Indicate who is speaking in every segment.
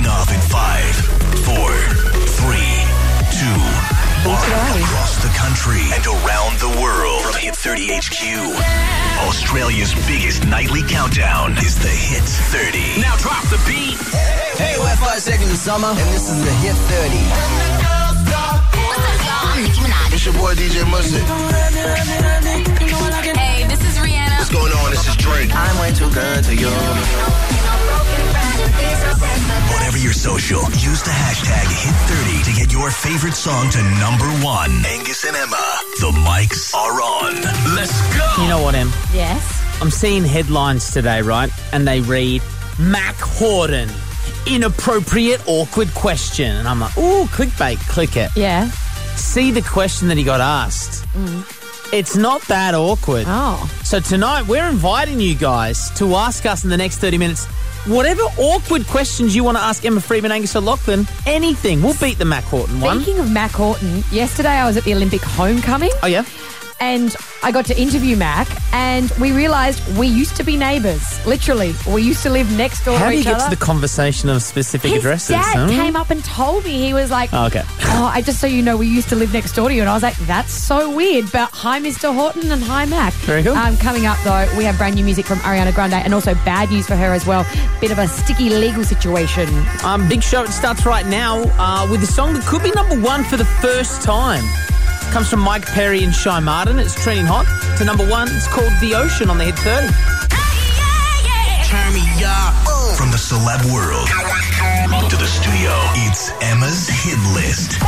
Speaker 1: Five, four, three, two, one. Across the country and around the world from Hit 30 HQ. Australia's biggest nightly countdown is the Hit 30. Now drop the beat.
Speaker 2: Hey, we're Five Seconds of Summer, and this is the Hit 30.
Speaker 3: What's up, y'all? I'm Nicki Minaj.
Speaker 4: It's your boy DJ Mustard.
Speaker 3: Hey, this is Rihanna.
Speaker 4: What's going on? This is Drake.
Speaker 2: I'm way too good to you.
Speaker 1: Whatever your social, use the hashtag Hit 30 to get your favorite song to number one. Angus and Emma, the mics are on. Let's go.
Speaker 5: You know what, Em?
Speaker 3: Yes.
Speaker 5: I'm seeing headlines today, right? And they read Mac Horden, inappropriate, awkward question. And I'm like, ooh, clickbait, click it.
Speaker 6: Yeah. Mm.
Speaker 5: See the question that he got asked. It's not that awkward.
Speaker 6: Oh.
Speaker 5: So tonight, we're inviting you guys to ask us in the next 30 minutes whatever awkward questions you want to ask Emma Freeman, Angus O'Loughlin, anything. We'll beat the Mac Horton one.
Speaker 6: Speaking of Mac Horton, yesterday I was at the Olympic homecoming
Speaker 5: Oh, yeah?
Speaker 6: and I got to interview Mac and we realised we used to be neighbours. Literally, we used to live next door
Speaker 5: How
Speaker 6: to
Speaker 5: do you
Speaker 6: each
Speaker 5: get
Speaker 6: other.
Speaker 5: to the conversation of specific
Speaker 6: His
Speaker 5: addresses?
Speaker 6: dad
Speaker 5: huh?
Speaker 6: came up and told me he was like,
Speaker 5: Oh, okay.
Speaker 6: "Oh, I just so you know, we used to live next door to you." And I was like, "That's so weird." But hi, Mr. Horton, and hi, Mac.
Speaker 5: Very cool.
Speaker 6: Um, coming up though, we have brand new music from Ariana Grande, and also bad news for her as well. Bit of a sticky legal situation.
Speaker 5: Um, big show. It starts right now uh, with a song that could be number one for the first time. Comes from Mike Perry and Shy Martin. It's trending hot to number one. It's called The Ocean on the Hit 30.
Speaker 1: Turn me up. From the celeb world to the studio, it's Emma's Hit List.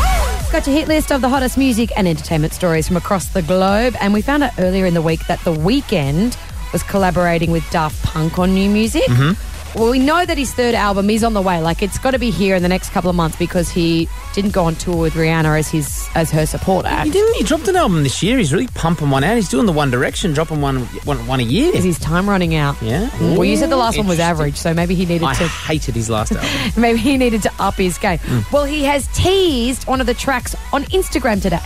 Speaker 6: Got your hit list of the hottest music and entertainment stories from across the globe, and we found out earlier in the week that The Weeknd was collaborating with Daft Punk on new music.
Speaker 5: Mm-hmm.
Speaker 6: Well, we know that his third album is on the way. Like, it's got to be here in the next couple of months because he didn't go on tour with Rihanna as his as her support
Speaker 5: He
Speaker 6: act.
Speaker 5: didn't. He dropped an album this year. He's really pumping one out. He's doing the One Direction, dropping one one, one a year.
Speaker 6: Is his time running out?
Speaker 5: Yeah.
Speaker 6: Well, you said the last one was
Speaker 5: Interesting.
Speaker 6: average, so maybe he needed
Speaker 5: I
Speaker 6: to
Speaker 5: hated his last album.
Speaker 6: maybe he needed to up his game.
Speaker 5: Hmm.
Speaker 6: Well, he has teased one of the tracks on Instagram today.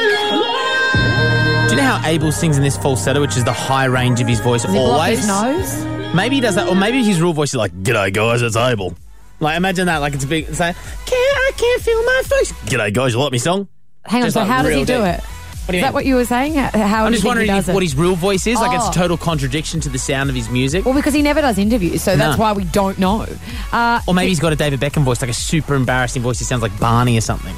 Speaker 5: Do you know how Abel sings in this falsetto, which is the high range of his voice
Speaker 6: Does he blow
Speaker 5: always?
Speaker 6: his nose?
Speaker 5: Maybe he does that, or maybe his real voice is like, "G'day guys, it's Abel." Like imagine that, like it's big. It's like, "Can't I can't feel my face." G'day guys, you like me song?
Speaker 6: Hang on,
Speaker 5: Just
Speaker 6: so
Speaker 5: like
Speaker 6: how does he
Speaker 5: real
Speaker 6: do
Speaker 5: deep.
Speaker 6: it?
Speaker 5: What do you
Speaker 6: Is that
Speaker 5: mean?
Speaker 6: what you were saying? How- How
Speaker 5: I'm
Speaker 6: do you think
Speaker 5: just
Speaker 6: he
Speaker 5: wondering
Speaker 6: does
Speaker 5: if,
Speaker 6: it?
Speaker 5: what his real voice is. Like it's a
Speaker 6: Oh.
Speaker 5: total contradiction to the sound of his music.
Speaker 6: Well, because he never does interviews, so that's
Speaker 5: No.
Speaker 6: why we don't know. Uh,
Speaker 5: Or maybe he's got a David Beckham voice, like a super embarrassing voice. He sounds like Barney or something.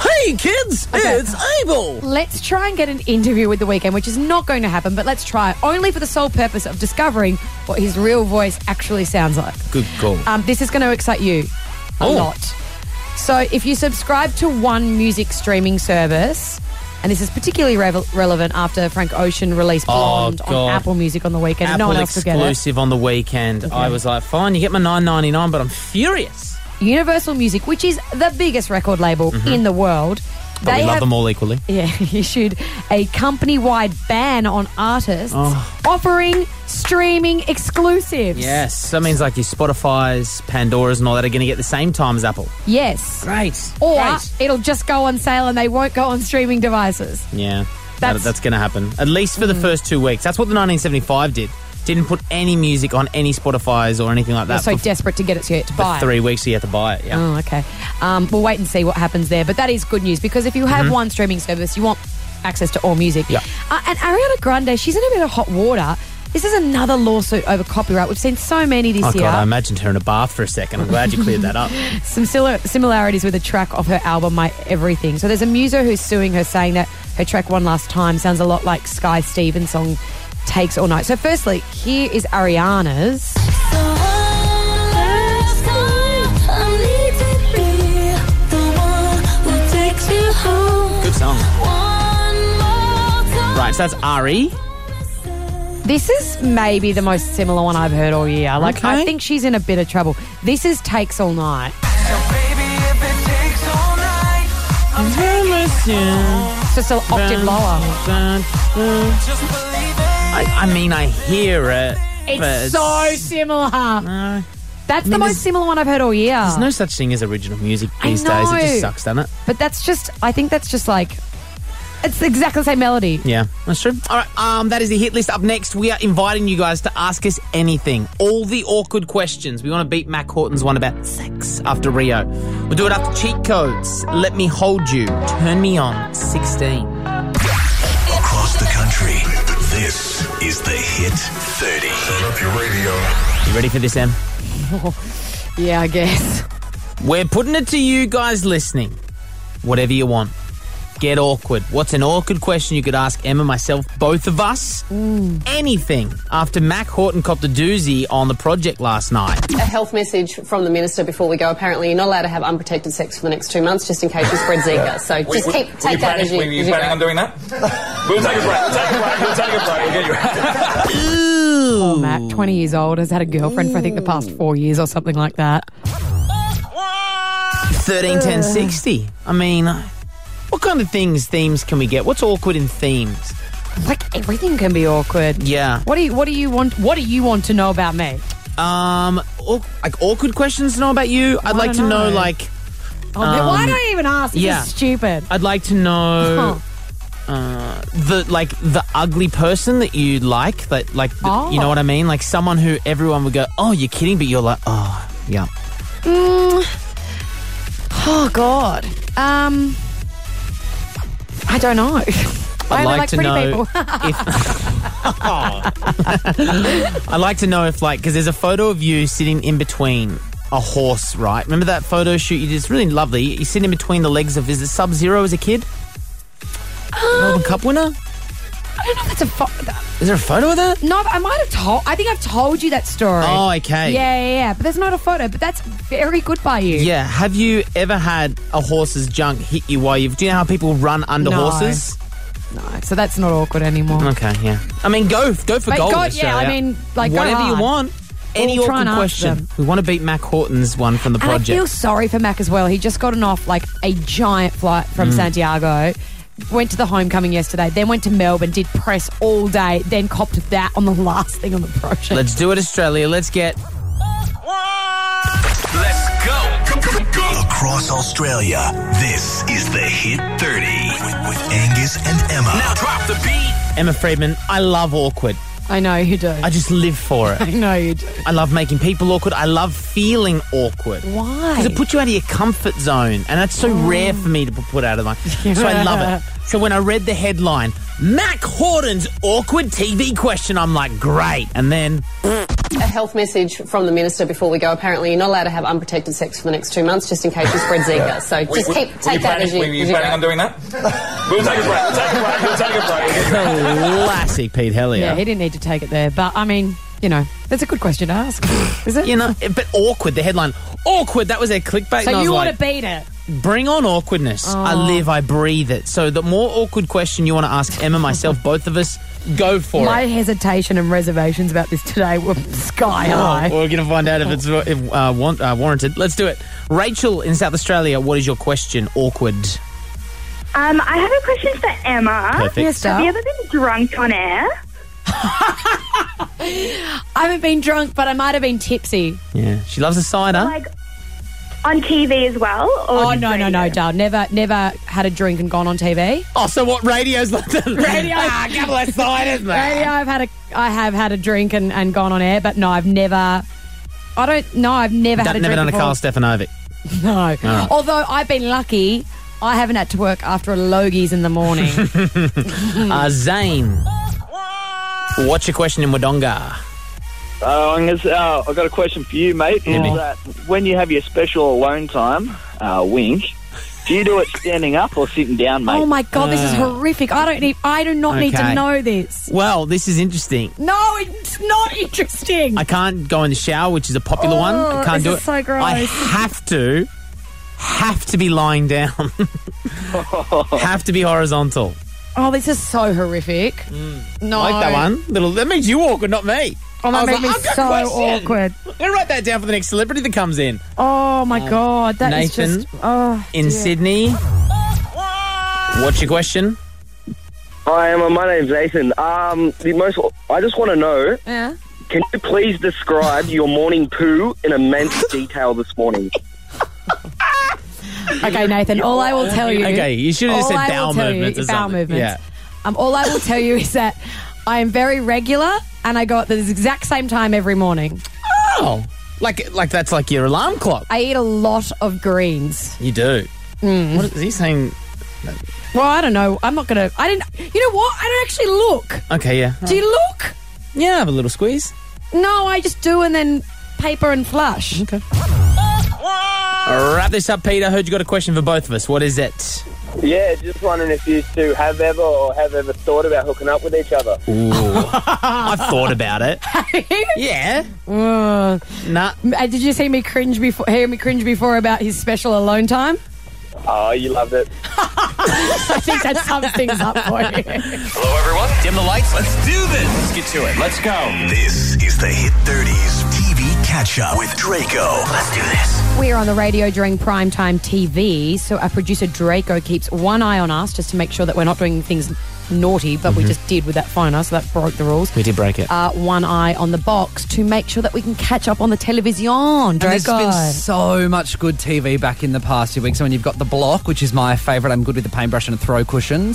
Speaker 5: hey kids, it's Abel.
Speaker 6: let's try and get an interview with the weekend, which is not going to happen, but let's try it, only for the sole purpose of discovering what his real voice actually sounds like.
Speaker 5: Good call.
Speaker 6: Um, this is going to excite you a
Speaker 5: Oh.
Speaker 6: lot. So, if you subscribe to one music streaming service, and this is particularly revel relevant after Frank Ocean released Blonde
Speaker 5: Oh, God.
Speaker 6: on Apple Music on the weekend, and no
Speaker 5: Apple
Speaker 6: one else will get it.
Speaker 5: exclusive on the weekend. I was like, fine, you get my 9.99, but I'm furious.
Speaker 6: Universal Music, which is the biggest record label in the world.
Speaker 5: Mm-hmm. But we love them all equally.
Speaker 6: Yeah, issued a company wide ban on artists
Speaker 5: Oh.
Speaker 6: offering streaming exclusives.
Speaker 5: Yes, that means like your Spotify's, Pandora's, and all that are going to get the same time as Apple.
Speaker 6: Yes.
Speaker 5: Great.
Speaker 6: Or
Speaker 5: Great.
Speaker 6: it'll just go on sale and they won't go on streaming devices.
Speaker 5: Yeah, that's,
Speaker 6: That's- Mm.
Speaker 5: that's going to happen. At least for the first two weeks. That's what the 1975 did. Didn't put any music on any Spotify's or anything like
Speaker 6: They're
Speaker 5: that
Speaker 6: so
Speaker 5: for,
Speaker 6: desperate to get it to, you to
Speaker 5: for
Speaker 6: buy.
Speaker 5: three weeks, so you had to buy it. Yeah.
Speaker 6: Oh, okay. Um, we'll wait and see what happens there. But that is good news because if you have one streaming service, you want access to all music.
Speaker 5: Mm-hmm. Yeah.
Speaker 6: Uh, and Ariana Grande, she's in a bit of hot water. This is another lawsuit over copyright. We've seen so many this
Speaker 5: Oh,
Speaker 6: year.
Speaker 5: God, I imagined her in a bath for a second. I'm glad you cleared that up.
Speaker 6: some similar similarities with a track of her album My Everything. So there's a muser who's suing her, saying that her track One Last Time sounds a lot like Sky Stevens' song Takes All Night. So firstly, here is Ariana's.
Speaker 5: Good song. Right, so that's E. Ari.
Speaker 6: This is maybe the most similar one I've heard all year. Like
Speaker 5: Okay.
Speaker 6: I think she's in a bit of trouble. This is Takes All Night. It's just an octave lower.
Speaker 5: I, I mean, I hear it. but
Speaker 6: It's so similar. That's the
Speaker 5: mean,
Speaker 6: most
Speaker 5: there's-
Speaker 6: similar one I've heard all year.
Speaker 5: There's no such thing as original music
Speaker 6: I
Speaker 5: these days. It
Speaker 6: know.
Speaker 5: just sucks, doesn't it?
Speaker 6: But that's just, I think that's just like It's exactly the same melody.
Speaker 5: Yeah, that's true. All right, um, that is the hit list. Up next, we are inviting you guys to ask us anything. All the awkward questions. We want to beat Mac Horton's one about sex after Rio. We'll do it after cheat codes. Let me hold you. Turn me on. 16.
Speaker 1: Across the country, this is the Hit 30.
Speaker 4: Up your radio.
Speaker 5: You ready for this, Em?
Speaker 6: Yeah, I guess.
Speaker 5: We're putting it to you guys listening. Whatever you want. Get awkward. What's an awkward question you could ask Emma, myself, both of us? Anything after Mac Horton copped a doozy on the project last night.
Speaker 7: a health message from the minister before we go. Apparently, you're not allowed to have unprotected sex for the next two months, just in case you spread Zika. So just
Speaker 8: Were-
Speaker 7: keep
Speaker 8: were you
Speaker 7: take that
Speaker 8: planning,
Speaker 7: as you.
Speaker 8: were you
Speaker 7: as you
Speaker 8: planning
Speaker 7: go.
Speaker 8: on doing that? we'll take a break. We'll take a break. We'll take a break. We'll get you
Speaker 6: Oh, Mac, 20 years old, has had a girlfriend for I think the past four years or something like that.
Speaker 5: 13 10 60 i mean uh, what kind of things themes can we get what's awkward in themes
Speaker 6: Like everything can be awkward.
Speaker 5: yeah
Speaker 6: What do you What do you want? What do you want to know about me?
Speaker 5: um aw- like awkward questions to know about you i'd like to
Speaker 6: don't
Speaker 5: know
Speaker 6: know.
Speaker 5: like
Speaker 6: Oh, man, why do I even ask? This
Speaker 5: yeah.
Speaker 6: is stupid.
Speaker 5: i'd like to know the like the ugly person that you like that like the- you know
Speaker 6: Oh.
Speaker 5: what i mean like someone who everyone would go oh you're kidding but you're like oh yeah
Speaker 6: Oh God. Um, I don't know.
Speaker 5: I'd
Speaker 6: I
Speaker 5: like,
Speaker 6: like
Speaker 5: to
Speaker 6: pretty
Speaker 5: know
Speaker 6: people.
Speaker 5: if. I'd like to know if, like, because there's a photo of you sitting in between a horse, right? Remember that photo shoot you did? It's really lovely. You sit in between the legs of, is it Sub Zero as a kid?
Speaker 6: Um,
Speaker 5: Melbourne Cup
Speaker 6: I
Speaker 5: winner?
Speaker 6: don't know. If that's a fo-
Speaker 5: Is there a photo of that?
Speaker 6: no. I might have told. I think I've told you that story.
Speaker 5: Oh, okay.
Speaker 6: Yeah, yeah, yeah. But there's not a photo. But that's very good by you.
Speaker 5: Yeah. Have you ever had a horse's junk hit you while you've. Do you know how people run under
Speaker 6: No.
Speaker 5: horses?
Speaker 6: No, so that's not awkward anymore.
Speaker 5: Okay, yeah. I mean, go go for
Speaker 6: But
Speaker 5: gold.
Speaker 6: go- yeah,
Speaker 5: Australia.
Speaker 6: I mean, like, go
Speaker 5: whatever you
Speaker 6: hard.
Speaker 5: want. Any
Speaker 6: We'll try and
Speaker 5: awkward
Speaker 6: ask
Speaker 5: question.
Speaker 6: them.
Speaker 5: We want to beat Mac Horton's one from the
Speaker 6: And
Speaker 5: project.
Speaker 6: I feel sorry for Mac as well. He just gotten off like a giant flight from
Speaker 5: Mm.
Speaker 6: Santiago. Went to the homecoming yesterday, then went to Melbourne, did press all day, then copped that on the last thing on the project.
Speaker 5: Let's do it, Australia. Let's get.
Speaker 1: Let's go. Across Australia, this is the Hit 30 with, with Angus and Emma. Now drop the beat.
Speaker 5: Emma Friedman, I love awkward.
Speaker 6: I know you do.
Speaker 5: I
Speaker 6: I,
Speaker 5: just live for it.
Speaker 6: know you do.
Speaker 5: I love making people awkward. I love feeling awkward.
Speaker 6: Why? Oh.
Speaker 5: Because it puts you out of your comfort zone, and that's so rare for me to be put out of mine. So I love it. So when I read the headline, Mac Horton's awkward TV question, I'm like, great. And then,
Speaker 7: A health message from the minister before we go. Apparently, you're not allowed to have unprotected sex for the next two months, just in case you spread Zika. So
Speaker 8: Were-
Speaker 7: just
Speaker 8: were-
Speaker 7: keep
Speaker 8: were you
Speaker 7: take that
Speaker 8: planning,
Speaker 7: as you.
Speaker 8: Were you
Speaker 7: as you
Speaker 8: planning
Speaker 7: go.
Speaker 8: on doing that? We'll take a break. We'll take a break. We'll take a break. We'll get you
Speaker 5: classic Pete Hellier.
Speaker 6: yeah, he didn't need to take it there, but I mean, you know, that's a good question to ask, is it?
Speaker 5: you know, but awkward. The headline, awkward. That was their clickbait. and I
Speaker 6: so
Speaker 5: was
Speaker 6: you
Speaker 5: like,
Speaker 6: want to beat it?
Speaker 5: Bring on awkwardness.
Speaker 6: Oh.
Speaker 5: I live, I breathe it. So the more awkward question you want to ask Emma, myself, both of us, go for
Speaker 6: My
Speaker 5: it.
Speaker 6: hesitation and reservations about this today were sky high.
Speaker 5: Oh, we're going to find out if it's if, uh, want, uh, warranted. Let's do it. Rachel in South Australia, what is your question? Awkward.
Speaker 9: Um, I have a question for Emma.
Speaker 5: Perfect.
Speaker 6: Yes,
Speaker 9: Have
Speaker 6: darling.
Speaker 9: you ever been drunk on air?
Speaker 6: I haven't been drunk, but I might have been tipsy.
Speaker 5: Yeah, she loves a cider.
Speaker 9: Like on TV as well? Or
Speaker 6: Oh
Speaker 9: just
Speaker 6: no, no, no,
Speaker 9: radio?
Speaker 6: Dale. Never, never had a drink and gone on TV.
Speaker 5: oh, so what radio's like that?
Speaker 6: Radio.
Speaker 5: ah, a couple of ciders,
Speaker 6: Maybe
Speaker 5: man.
Speaker 6: I've had a, I have had a drink and, and gone on air, but no, I've never. I don't. No, I've never had a
Speaker 5: Never
Speaker 6: drink.
Speaker 5: done a
Speaker 6: before.
Speaker 5: Carl Stefanovic.
Speaker 6: No.
Speaker 5: Ah.
Speaker 6: Although I've been lucky, I haven't had to work after a Logies in the morning.
Speaker 5: Uh, Zane. What's your question in Wodonga?
Speaker 10: Uh, I'm gonna, uh, I've got a question for you, mate. Is
Speaker 5: me.
Speaker 10: that when you have your special alone time, uh, wink, do you do it standing up or sitting down, mate?
Speaker 6: oh my god, this is horrific. I don't need. I do not need
Speaker 5: Ah. Okay.
Speaker 6: to know this.
Speaker 5: Well, this is interesting.
Speaker 6: No, it's not interesting.
Speaker 5: I can't go in the shower, which is a popular
Speaker 6: Oh,
Speaker 5: one. I can't
Speaker 6: this
Speaker 5: do
Speaker 6: is
Speaker 5: it.
Speaker 6: so gross.
Speaker 5: I have to, have to be lying down. have to be horizontal.
Speaker 6: oh, this is so horrific. No,
Speaker 5: I Mm. like that one. Little. That makes you awkward, not me.
Speaker 6: Oh,
Speaker 5: I
Speaker 6: that
Speaker 5: was
Speaker 6: made
Speaker 5: like,
Speaker 6: me
Speaker 5: I've got
Speaker 6: so
Speaker 5: questions.
Speaker 6: awkward.
Speaker 5: I'm gonna write that down for the next celebrity that comes in.
Speaker 6: Oh my god, that is
Speaker 5: Nathan
Speaker 6: just. Oh,
Speaker 5: In Sydney. What's your question?
Speaker 11: Hi, Emma. My name's Nathan. Um, the most I just want to know:
Speaker 6: yeah.
Speaker 11: Can you please describe your morning poo in immense detail this morning?
Speaker 6: Okay, Nathan, all I will tell you.
Speaker 5: Okay, you should have just
Speaker 6: all
Speaker 5: said
Speaker 6: I will
Speaker 5: bowel
Speaker 6: tell
Speaker 5: movements
Speaker 6: You,
Speaker 5: or
Speaker 6: bowel
Speaker 5: something.
Speaker 6: movements.
Speaker 5: Yeah.
Speaker 6: Um, all I will tell you is that I am very regular and I go at the exact same time every morning.
Speaker 5: Oh, like like that's like your alarm clock.
Speaker 6: I eat a lot of greens.
Speaker 5: You do.
Speaker 6: Mm.
Speaker 5: What is he saying?
Speaker 6: Well, I don't know. I'm not gonna. I didn't. You know what? I don't actually look.
Speaker 5: Okay, yeah.
Speaker 6: Do you look?
Speaker 5: Yeah, have a little squeeze.
Speaker 6: No, I just do and then paper and flush.
Speaker 5: Okay. Wrap this up, Peter. Heard you got a question for both of us. What is it?
Speaker 12: Yeah, just wondering if you two have ever or have ever thought about hooking up with each other.
Speaker 5: Ooh, I've thought about it. yeah.
Speaker 6: Uh.
Speaker 5: nah.
Speaker 6: Did you see me cringe before? Hear me cringe before about his special alone time?
Speaker 12: Oh, you loved it.
Speaker 6: I think that sums things up for you.
Speaker 1: Hello, everyone. Dim the lights. Let's do this. Let's get to it. Let's go. This is the Hit 30s TV catch up with Draco. Let's do this.
Speaker 6: We are on the radio during primetime TV, so our producer Draco keeps one eye on us just to make sure that we're not doing things naughty, but we
Speaker 5: Mhm.
Speaker 6: just did with that phoner, so that broke the rules.
Speaker 5: We did break it.
Speaker 6: Uh, one eye on the box to make sure that we can catch up on the television,
Speaker 2: And there's
Speaker 6: Draco.
Speaker 2: been so much good TV back in the past few weeks. I mean, you've got The Block, which is my favourite. I'm good with the paintbrush and a throw cushion.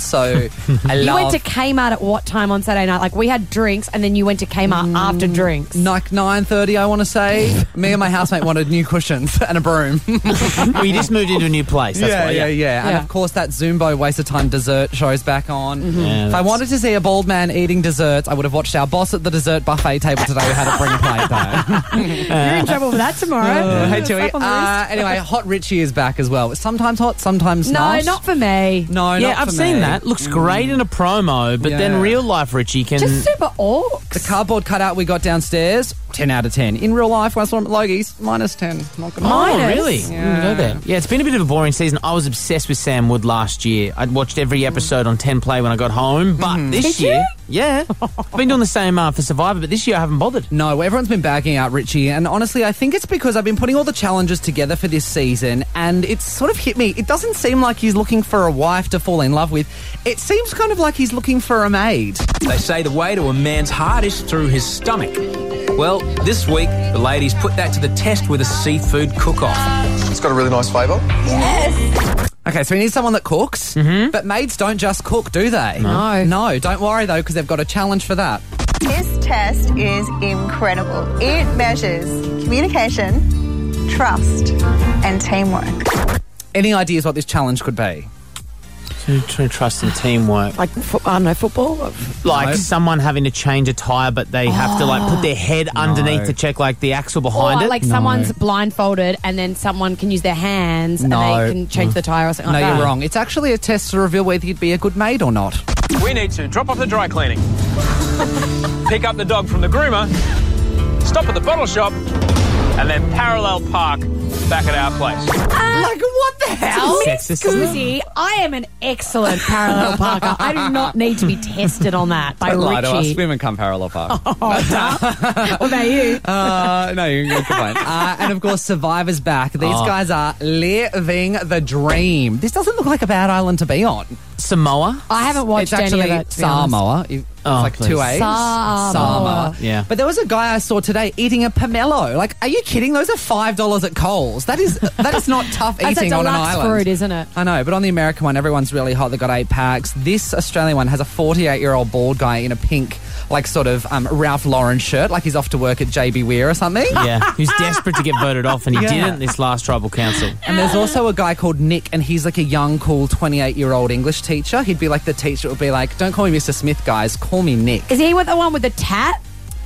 Speaker 2: So I
Speaker 6: you went
Speaker 2: love
Speaker 6: to Kmart at what time on Saturday night? Like we had drinks, and then you went to Kmart
Speaker 2: Mm.
Speaker 6: after drinks.
Speaker 2: Like nine thirty, I want to say. Me and my housemate wanted new cushions and a broom.
Speaker 5: well, you just moved into a new place. That's
Speaker 2: yeah,
Speaker 5: why,
Speaker 2: yeah, yeah. And of course, that Zumbo waste of time dessert show's back on.
Speaker 5: Yeah,
Speaker 2: if I wanted to see a bald man eating desserts, I would have watched our boss at the dessert buffet table today who had a bring plate though.
Speaker 6: You're in trouble for that tomorrow.
Speaker 2: hey,
Speaker 6: Slap
Speaker 2: Chewy.
Speaker 6: on the
Speaker 2: Uh,
Speaker 6: wrist.
Speaker 2: anyway, Hot Richie is back as well. It's Sometimes hot, sometimes
Speaker 6: no,
Speaker 2: not.
Speaker 6: not. for me.
Speaker 2: No,
Speaker 5: yeah,
Speaker 2: not
Speaker 5: I've
Speaker 2: for
Speaker 5: seen
Speaker 2: me. Mm.
Speaker 5: that. Looks great in a promo, but then
Speaker 2: Yeah.
Speaker 5: real life Richie can.
Speaker 2: Just
Speaker 6: super orcs.
Speaker 2: Mm. The cardboard cutout we got downstairs, 10 out of 10. In real life, when I saw him at Logie's, minus 10. Not gonna
Speaker 5: Oh, really? Yeah.
Speaker 2: Yeah.
Speaker 5: know that. Yeah, it's been a bit of a boring season. I was obsessed with Sam Wood last year. I'd watched every
Speaker 2: Mm.
Speaker 5: episode on 10 Play when I got home, but this
Speaker 2: Did
Speaker 5: year, yeah, I've been doing the same uh, for Survivor, but this year I haven't bothered.
Speaker 2: No, everyone's been bagging out Richie, and honestly, I think it's because I've been putting all the challenges together for this season, and it's sort of hit me. It doesn't seem like he's looking for a wife to fall in love with. It seems kind of like he's looking for a maid.
Speaker 13: They say the way to a man's heart is through his stomach. Well, this week, the ladies put that to the test with a seafood cook off. It's got a really nice flavour.
Speaker 2: Okay, so we need someone that cooks, mm-hmm. but maids don't just cook, do they? No. No, don't worry though, because they've got a challenge for that.
Speaker 14: This test is incredible. It measures communication, trust, and teamwork.
Speaker 2: Any ideas what this challenge could be?
Speaker 5: To, to trust and teamwork.
Speaker 6: Like, I don't know, football?
Speaker 5: Like
Speaker 2: No.
Speaker 5: someone having to change a tyre, but they have to like put their head
Speaker 2: No.
Speaker 5: underneath to check Oh, like the axle behind
Speaker 6: or
Speaker 5: it.
Speaker 6: like someone's blindfolded and then someone can use their hands
Speaker 2: No.
Speaker 6: and they can change the tire or something
Speaker 2: no,
Speaker 6: like that.
Speaker 2: you're wrong. It's actually a test to reveal whether you'd be a good maid or not.
Speaker 13: We need to drop off the dry cleaning, pick up the dog from the groomer, stop at the bottle shop, and then parallel park back at our place.
Speaker 6: like what the hell?
Speaker 13: Sexist,
Speaker 6: Miss
Speaker 13: isn't it?
Speaker 6: Guzzi, I am an excellent parallel parker. I do not need to be tested on that by
Speaker 2: Don't lie to us.
Speaker 6: Richie.
Speaker 2: Women come parallel park.
Speaker 6: What about you?
Speaker 2: Uh, no, you're good point. Uh, and of course, Survivor's back. These
Speaker 5: Oh.
Speaker 2: guys are living the dream. This doesn't look like a bad island to be on.
Speaker 5: Samoa?
Speaker 6: I haven't watched
Speaker 2: it's actually
Speaker 6: any of it. to be honest.
Speaker 2: Samoa. It's
Speaker 5: Oh,
Speaker 2: like
Speaker 5: please.
Speaker 2: two A's.
Speaker 6: Samoa.
Speaker 5: Yeah.
Speaker 2: But there was a guy I saw today eating a pomelo. Like, are you kidding? Those are five dollars at Coles. That is that is not tough
Speaker 6: That's a
Speaker 2: eating on an
Speaker 6: deluxe
Speaker 2: island,
Speaker 6: fruit, isn't it?
Speaker 2: I know, but on the American one, everyone's really hot. They got eight packs. This Australian one has a 48 year old bald guy in a pink, like sort of um, Ralph Lauren shirt, like he's off to work at JB Weir or something.
Speaker 5: yeah, who's desperate to get voted off, and he
Speaker 2: Yeah.
Speaker 5: didn't this last tribal council.
Speaker 2: And there's also a guy called Nick, and he's like a young, cool 28 year old English teacher. He'd be like the teacher would be like, "Don't call me Mr. Smith, guys. Call me Nick."
Speaker 6: Is he with the one with the tat?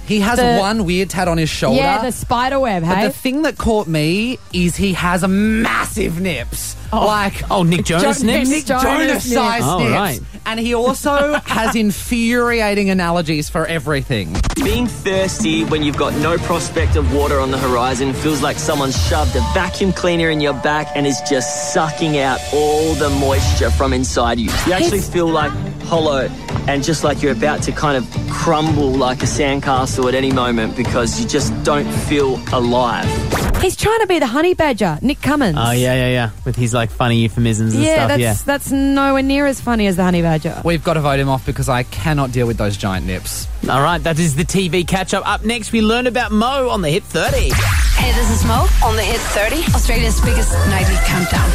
Speaker 2: He has
Speaker 6: The-
Speaker 2: one weird tat on his shoulder.
Speaker 6: Yeah, the spider web.
Speaker 2: but
Speaker 6: Hey,
Speaker 2: the thing that caught me is he has a massive nips. Like
Speaker 5: Oh, Nick Jonas
Speaker 2: Jo-
Speaker 5: nips?
Speaker 2: Nick
Speaker 5: Jonas
Speaker 2: Jonas,
Speaker 5: nips.
Speaker 2: size
Speaker 5: Oh,
Speaker 2: nips.
Speaker 5: right.
Speaker 2: And he also has infuriating analogies for everything.
Speaker 15: Being thirsty when you've got no prospect of water on the horizon feels like someone shoved a vacuum cleaner in your back and is just sucking out all the moisture from inside you. You actually feel like hollow and just like you're about to kind of crumble like a sandcastle at any moment because you just don't feel alive.
Speaker 6: he's trying to be the honey badger, Nick Cummins.
Speaker 5: Oh yeah, yeah, yeah. With his like funny euphemisms and
Speaker 6: yeah,
Speaker 5: stuff.
Speaker 6: that's
Speaker 5: yeah.
Speaker 6: that's nowhere near as funny as the honey badger.
Speaker 2: We've got to vote him off because I cannot deal with those giant nips.
Speaker 5: All right, that is the TV catch up. Up next, we learn about Mo on the Hit 30.
Speaker 16: Hey, this is Mo on the Hit 30, Australia's biggest nightly countdown.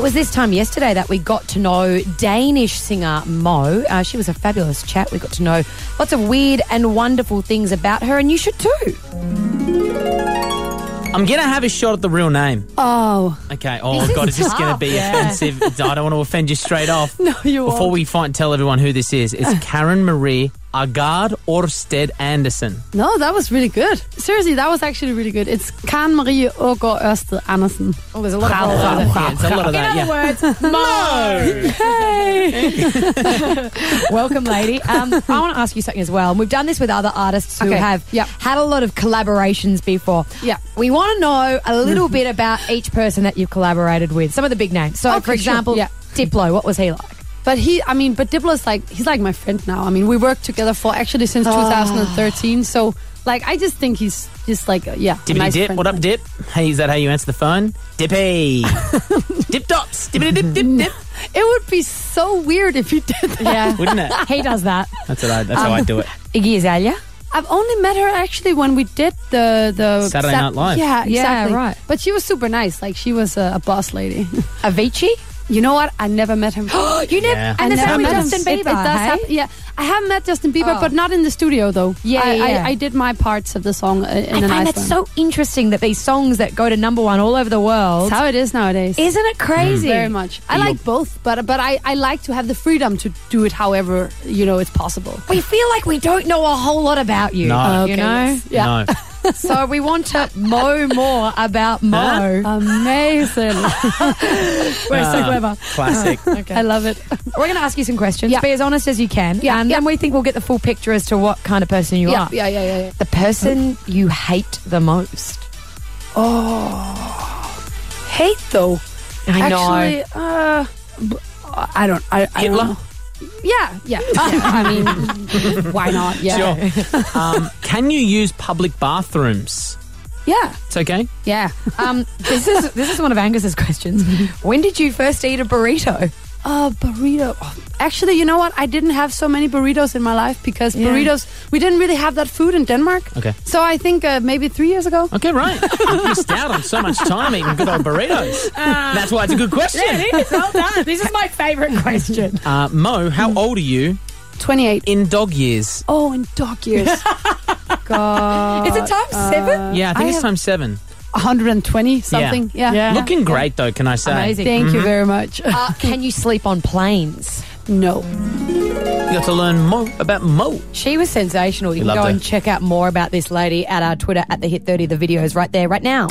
Speaker 6: was this time yesterday that we got to know Danish singer Mo. Uh, she was a fabulous chat. We got to know lots of weird and wonderful things about her, and you should too.
Speaker 5: I'm gonna have a shot at the real name.
Speaker 6: Oh,
Speaker 5: Okay. Oh
Speaker 6: This is
Speaker 5: God, it's just gonna
Speaker 6: tough.
Speaker 5: be
Speaker 6: Yeah.
Speaker 5: offensive. I don't want to offend you straight off.
Speaker 6: No, you
Speaker 5: Before
Speaker 6: won't.
Speaker 5: we find, tell everyone who this is. It's Karen Marie Agard Orsted Anderson.
Speaker 16: No, that was really good. Seriously, that was actually really good. It's Karen Marie Ågaard Ørsted Andersen. Oh, there's a lot
Speaker 5: of Yeah, it's a lot of that, yeah.
Speaker 16: words, Mo.
Speaker 6: Welcome, lady. Um, I want to ask you something as well. And We've done this with other artists who
Speaker 16: Okay.
Speaker 6: have had a lot of collaborations before. Yeah. We want to know a little bit about each person that you've collaborated with, some of the big names. So,
Speaker 16: Okay,
Speaker 6: for example,
Speaker 16: sure. Yeah.
Speaker 6: Diplo, what was he like?
Speaker 16: But he, I mean, but Diplo's like he's like my friend now. I mean, we worked together for actually since
Speaker 6: Ah.
Speaker 16: 2013. So, like, I just think he's just like, uh, yeah, a
Speaker 5: Dippity
Speaker 16: nice
Speaker 5: dip.
Speaker 16: friend.
Speaker 5: What up, dip? Hey, is that how you answer the phone? Dippy. dip dots. Dippity dip dip dip.
Speaker 16: It would be so weird if he did that.
Speaker 6: Yeah.
Speaker 5: Wouldn't it?
Speaker 6: He does that.
Speaker 5: That's what I. That's how I do it.
Speaker 6: Iggy Azalea.
Speaker 16: I've only met her actually when we did the the
Speaker 5: Saturday Night Live.
Speaker 16: Yeah,
Speaker 6: Yeah,
Speaker 16: exactly.
Speaker 6: right.
Speaker 16: But she was super nice. Like she was a, a boss lady.
Speaker 6: Avicii.
Speaker 16: You know what? I never met him.
Speaker 6: You never- Yeah. and the same with Justin
Speaker 16: It- it
Speaker 6: Bieber,
Speaker 16: does
Speaker 6: hey?
Speaker 16: happen. Yeah, I have met Justin Bieber,
Speaker 6: Oh.
Speaker 16: but not in the studio though.
Speaker 6: Yeah,
Speaker 16: I,
Speaker 6: yeah.
Speaker 16: I, I did my parts of the song uh, in
Speaker 6: I
Speaker 16: an
Speaker 6: find that
Speaker 16: Iceland.
Speaker 6: so interesting that these songs that go to number one all over the world.
Speaker 16: That's how it is nowadays.
Speaker 6: Isn't it crazy?
Speaker 16: Mm. Very much. I like both, but but I, I like to have the freedom to do it however you know it's possible.
Speaker 6: We feel like we don't know a whole lot about you.
Speaker 16: No.
Speaker 6: You
Speaker 16: Okay,
Speaker 6: know?
Speaker 16: yes. Yeah.
Speaker 5: No.
Speaker 6: so we want to know more about Mo.
Speaker 16: Amazing.
Speaker 6: We're so
Speaker 5: Ah,
Speaker 6: clever.
Speaker 5: classic.
Speaker 6: I love it. We're going to ask you some questions. Be as honest as you can. Yeah. And then we think we'll get the full picture as to what kind of person you
Speaker 16: yeah,
Speaker 6: are.
Speaker 16: yeah, yeah, yeah, yeah.
Speaker 6: The person you hate the most.
Speaker 16: Oh, hate though.
Speaker 6: I know.
Speaker 16: Actually, uh, b- I don't. I, I don't know. Yeah, yeah. I mean, why not? Yeah,
Speaker 5: Sure. Um, can you use public bathrooms?
Speaker 16: yeah,
Speaker 5: It's okay.
Speaker 6: yeah. Um, this is this is one of Angus's questions. When did you first eat a burrito?
Speaker 16: Uh, burrito. Oh, Actually, you know what? I didn't have so many burritos in my life because
Speaker 6: Yeah.
Speaker 16: burritos. We didn't really have that food in Denmark.
Speaker 5: Okay.
Speaker 16: So I think uh, maybe three years ago.
Speaker 5: Okay, right. I missed out on so much time eating good old burritos. That's why it's a good question.
Speaker 6: This is my favorite question.
Speaker 5: Uh, Mo, how old are you?
Speaker 16: 28.
Speaker 5: In dog years.
Speaker 16: Oh, in dog years. God.
Speaker 6: Is it time seven?
Speaker 5: Yeah, Uh, I think
Speaker 16: I
Speaker 5: it's
Speaker 16: have
Speaker 5: time seven.
Speaker 16: 120 something. Yeah.
Speaker 5: Looking great, though, can I say?
Speaker 6: Amazing.
Speaker 16: Thank you
Speaker 5: Mhm.
Speaker 16: very much.
Speaker 6: Uh, can you sleep on planes?
Speaker 16: No.
Speaker 5: You got to learn more about Mo.
Speaker 6: She was sensational. You
Speaker 5: We
Speaker 6: can
Speaker 5: loved
Speaker 6: go
Speaker 5: her.
Speaker 6: and check out more about this lady at our Twitter at the Hit 30. The video is right there, right now.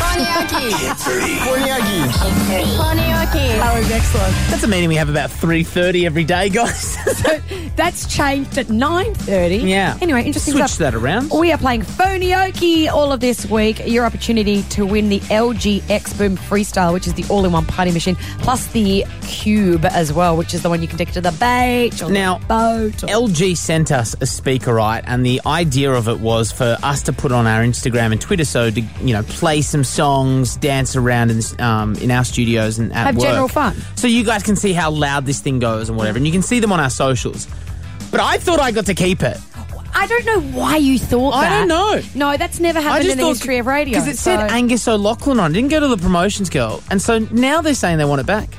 Speaker 5: That was excellent. That's a meeting we have about 3.30 every day, guys.
Speaker 6: so that's changed at 9.30.
Speaker 5: Yeah.
Speaker 6: Anyway, interesting
Speaker 5: Switch
Speaker 6: stuff.
Speaker 5: that around.
Speaker 6: We are playing Phonioki all of this week. Your opportunity to win the LG X Boom Freestyle, which is the all in one party machine, plus the Cube as well, which is the one you can take to the beach or
Speaker 5: Now,
Speaker 6: the boat. Or-
Speaker 5: LG sent us a speaker, right? And the idea of it was for us to put on our Instagram and Twitter, so to you know, play some songs, dance around in, um, in our studios and at
Speaker 6: Have
Speaker 5: work.
Speaker 6: general fun.
Speaker 5: So you guys can see how loud this thing goes and whatever, and you can see them on our socials. But I thought I got to keep it.
Speaker 6: I don't know why you thought
Speaker 5: I
Speaker 6: that.
Speaker 5: don't know.
Speaker 6: No, that's never
Speaker 5: I
Speaker 6: happened in the history of radio.
Speaker 5: because it said
Speaker 6: so-
Speaker 5: Angus O'Loughlin on. it. It didn't go to the promotions girl, and so now they're saying they want it back.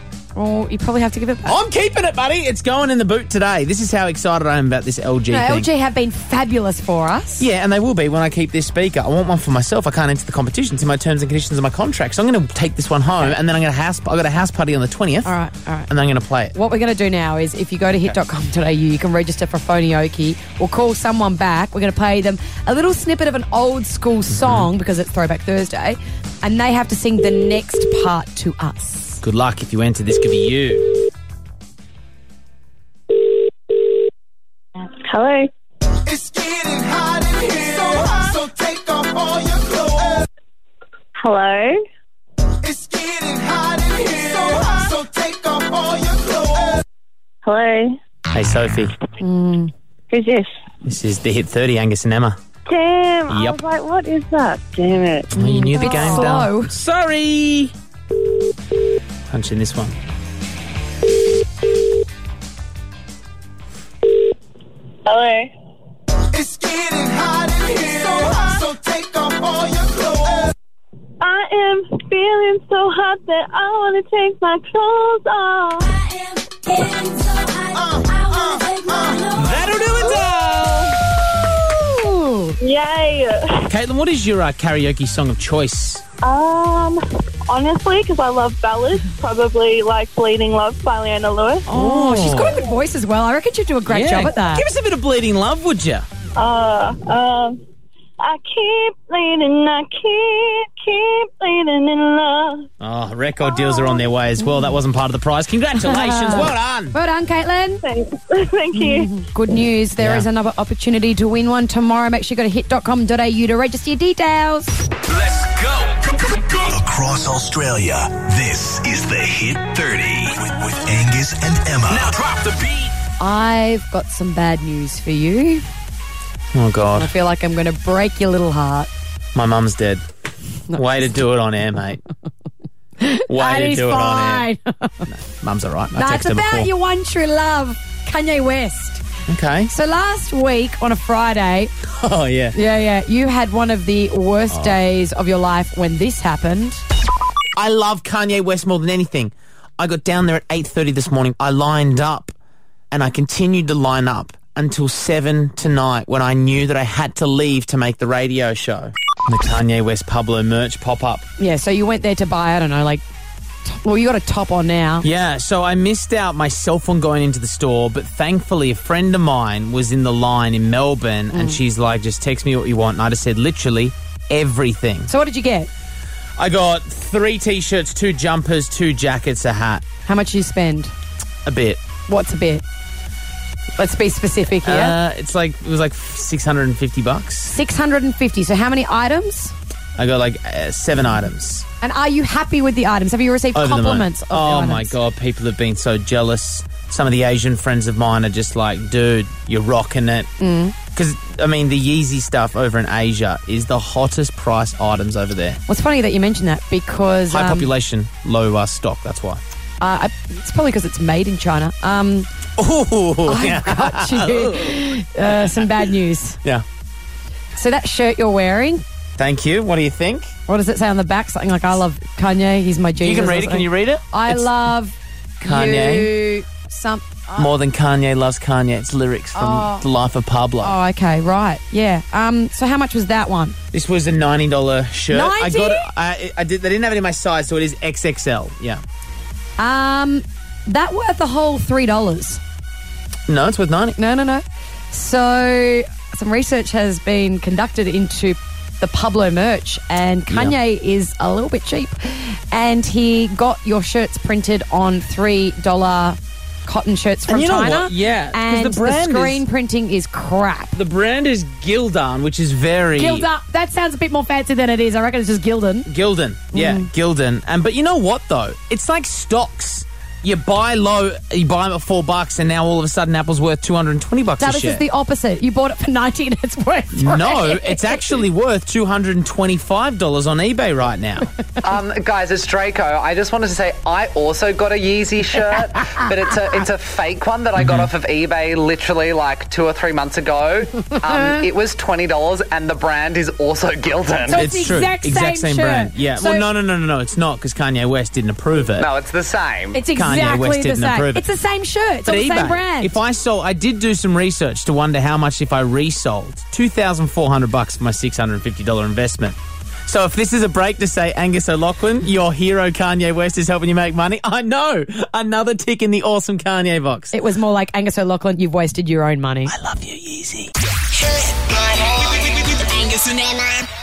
Speaker 6: Oh, you probably have to give it back.
Speaker 5: I'm keeping it, buddy. It's going in the boot today. This is how excited I am about this LG
Speaker 6: No,
Speaker 5: thing.
Speaker 6: LG have been fabulous for us.
Speaker 5: Yeah, and they will be when I keep this speaker. I want one for myself. I can't enter the competition. It's in my terms and conditions of my contract. So I'm going to take this one home, and then I'm going to house. I got a house party on the twentieth. All
Speaker 6: right, all right.
Speaker 5: And then I'm going to play it.
Speaker 6: What we're going to do now is if you go to hit.com.au, you can register for Phonioki. We'll call someone back. We're going to play them a little snippet of an old
Speaker 5: Mm-hmm.
Speaker 6: school song because it's Throwback Thursday, and they have to sing the next part to us.
Speaker 5: Good luck if you enter. This could be you.
Speaker 17: Hello.
Speaker 1: It's getting hot in here. So, hot. so take off all your clothes.
Speaker 17: Hello.
Speaker 1: It's getting hot in here. So, hot. so take off all your clothes.
Speaker 17: Hello.
Speaker 5: Hey, Sophie.
Speaker 17: Hmm. Who's this?
Speaker 5: This is the hit thirty. Angus and Emma.
Speaker 17: Damn.
Speaker 5: Yep.
Speaker 17: I was like, what is that? Damn it.
Speaker 5: Well, Oh, you knew the game.
Speaker 17: Slow.
Speaker 5: Darling. Sorry. Punch in this one.
Speaker 17: Hello.
Speaker 1: It's getting hot in here. So, hot. so take off all your clothes.
Speaker 17: I am feeling am so hot that I want to take my clothes off.
Speaker 5: That'll do it,
Speaker 17: Yay.
Speaker 5: Caitlin, what is your uh, karaoke song of choice?
Speaker 17: Um, honestly, because I love ballads, probably like Bleeding Love by Leona Lewis.
Speaker 6: Oh, she's got a good voice as well. I reckon she'd do a great
Speaker 5: Yeah,
Speaker 6: job at that.
Speaker 5: Give us a bit of bleeding love, would you?
Speaker 17: Uh, um, I keep bleeding, I keep, keep bleeding in love.
Speaker 5: Oh, record deals are on their way as well. That wasn't part of the prize. Congratulations. well done.
Speaker 6: Well done, Caitlin.
Speaker 17: Thanks. Thank you.
Speaker 6: Good news. There is another opportunity to win one tomorrow. Make sure you go to hit.com.au to register your details.
Speaker 1: Let's go. Across Australia, this is the Hit 30 with, with Angus and Emma. Now drop the beat.
Speaker 6: I've got some bad news for you.
Speaker 5: Oh,
Speaker 6: I
Speaker 5: God.
Speaker 6: feel like I'm going to break your little heart.
Speaker 5: My mum's dead. Way to do it on air, mate. Way
Speaker 6: That
Speaker 5: to
Speaker 6: is
Speaker 5: do it on air.
Speaker 6: fine.
Speaker 5: Mum's all right. I
Speaker 6: That's
Speaker 5: texted her
Speaker 6: about
Speaker 5: before.
Speaker 6: your one true love, Kanye West.
Speaker 5: Okay.
Speaker 6: So last week on a Friday,
Speaker 5: Oh, yeah.
Speaker 6: yeah, yeah, you had one of the
Speaker 5: Oh.
Speaker 6: worst days of your life when this happened.
Speaker 5: I love Kanye West more than anything. I got down there at 8.30 this morning. I lined up and I continued to line up until 7 tonight when I knew that I had to leave to make the radio show. The Kanye West Pablo merch pop-up.
Speaker 6: Yeah, so you went there to buy, I don't know, like, t- well, you got a top on now.
Speaker 5: Yeah, so I missed out myself on going into the store, but thankfully a friend of mine was in the line in Melbourne and
Speaker 6: Mm.
Speaker 5: she's like, just text me what you want. And I just said literally everything.
Speaker 6: So what did you get?
Speaker 5: I got three t shirts, two jumpers, two jackets, a hat.
Speaker 6: How much do you spend?
Speaker 5: A bit.
Speaker 6: What's a bit? Let's be specific here.
Speaker 5: Uh, it's like it was like six hundred and fifty bucks.
Speaker 6: 650. So how many items?
Speaker 5: I got like uh, seven items.
Speaker 6: And are you happy with the items? Have you received
Speaker 5: over the month.
Speaker 6: compliments? of the
Speaker 5: oh
Speaker 6: items?
Speaker 5: my god, people have been so jealous. Some of the Asian friends of mine are just like, dude, you're rocking it.
Speaker 6: Mm.
Speaker 5: Because I mean, the Yeezy stuff over in Asia is the hottest price items over there.
Speaker 6: Well, it's funny that you mentioned that because
Speaker 5: High
Speaker 6: um,
Speaker 5: population, low uh, stock. That's why.
Speaker 6: uh, I- it's probably because it's made in China. Um,
Speaker 5: Oh,
Speaker 6: I've got you uh, some bad news.
Speaker 5: Yeah.
Speaker 6: So that shirt you're wearing,
Speaker 5: Thank you. What do you think?
Speaker 6: what does it say on the back? Something like "I love Kanye, he's my Jesus."
Speaker 5: you can
Speaker 6: or
Speaker 5: read it. Can
Speaker 6: something.
Speaker 5: you read it?
Speaker 6: I
Speaker 5: It's
Speaker 6: love
Speaker 5: Kanye.
Speaker 6: You, some.
Speaker 5: more than Kanye loves Kanye. It's lyrics from
Speaker 6: Oh.
Speaker 5: The Life of Pablo.
Speaker 6: Oh, okay, right, yeah. Um, so how much was that one?
Speaker 5: This was a ninety dollar shirt. I
Speaker 6: 90?
Speaker 5: got it. I, I did. They didn't have it in my size, so it is XXL. Yeah.
Speaker 6: Um, that worth the whole three dollars.
Speaker 5: No, it's worth ninety.
Speaker 6: No, no, no. So some research has been conducted into the Pablo merch, and Kanye is a little bit cheap, and he got your shirts printed on three dollar cotton shirts from
Speaker 5: And you know
Speaker 6: China.
Speaker 5: what? Yeah, 'cause
Speaker 6: and
Speaker 5: the brand
Speaker 6: screen
Speaker 5: is-
Speaker 6: printing is crap.
Speaker 5: The brand is Gildan, which is very
Speaker 6: Gilda, that sounds a bit more fancy than it is. I reckon it's just Gildan.
Speaker 5: Gildan. Yeah, Gildan. And but you know what though? It's like stocks. You buy low, you buy them at four bucks, and now all of a sudden Apple's worth two hundred and twenty bucks
Speaker 6: Now
Speaker 5: a
Speaker 6: this
Speaker 5: share.
Speaker 6: is the opposite. You bought it for ninety, and it's worth three.
Speaker 5: no, it's actually worth two hundred and twenty-five dollars on eBay right now.
Speaker 18: Um, guys, it's Draco. I just wanted to say I also got a Yeezy shirt, but it's a it's a fake one that I got off of eBay literally like two or three months ago. Um, it was twenty dollars, and the brand is also Gildan.
Speaker 5: it's, true. exact same, brand. Yeah. well, no, no, no, no, no. It's not because Kanye West didn't approve it.
Speaker 18: No, it's the same.
Speaker 6: It's
Speaker 5: Kanye West
Speaker 6: exactly the
Speaker 5: didn't approve
Speaker 6: same.
Speaker 5: it.
Speaker 6: It's the same shirt. It's all
Speaker 5: But
Speaker 6: the same
Speaker 5: eBay,
Speaker 6: brand.
Speaker 5: If I sold, I did do some research to wonder how much if I resold two thousand four hundred bucks for my six hundred and fifty dollar investment. So if this is a break to say Angus O'Loughlin, your hero Kanye West is helping you make money, I know another tick in the awesome Kanye box.
Speaker 6: It was more like Angus O'Loughlin, you've wasted your own money. I
Speaker 5: love you, Yeezy.
Speaker 1: Angus and Emma.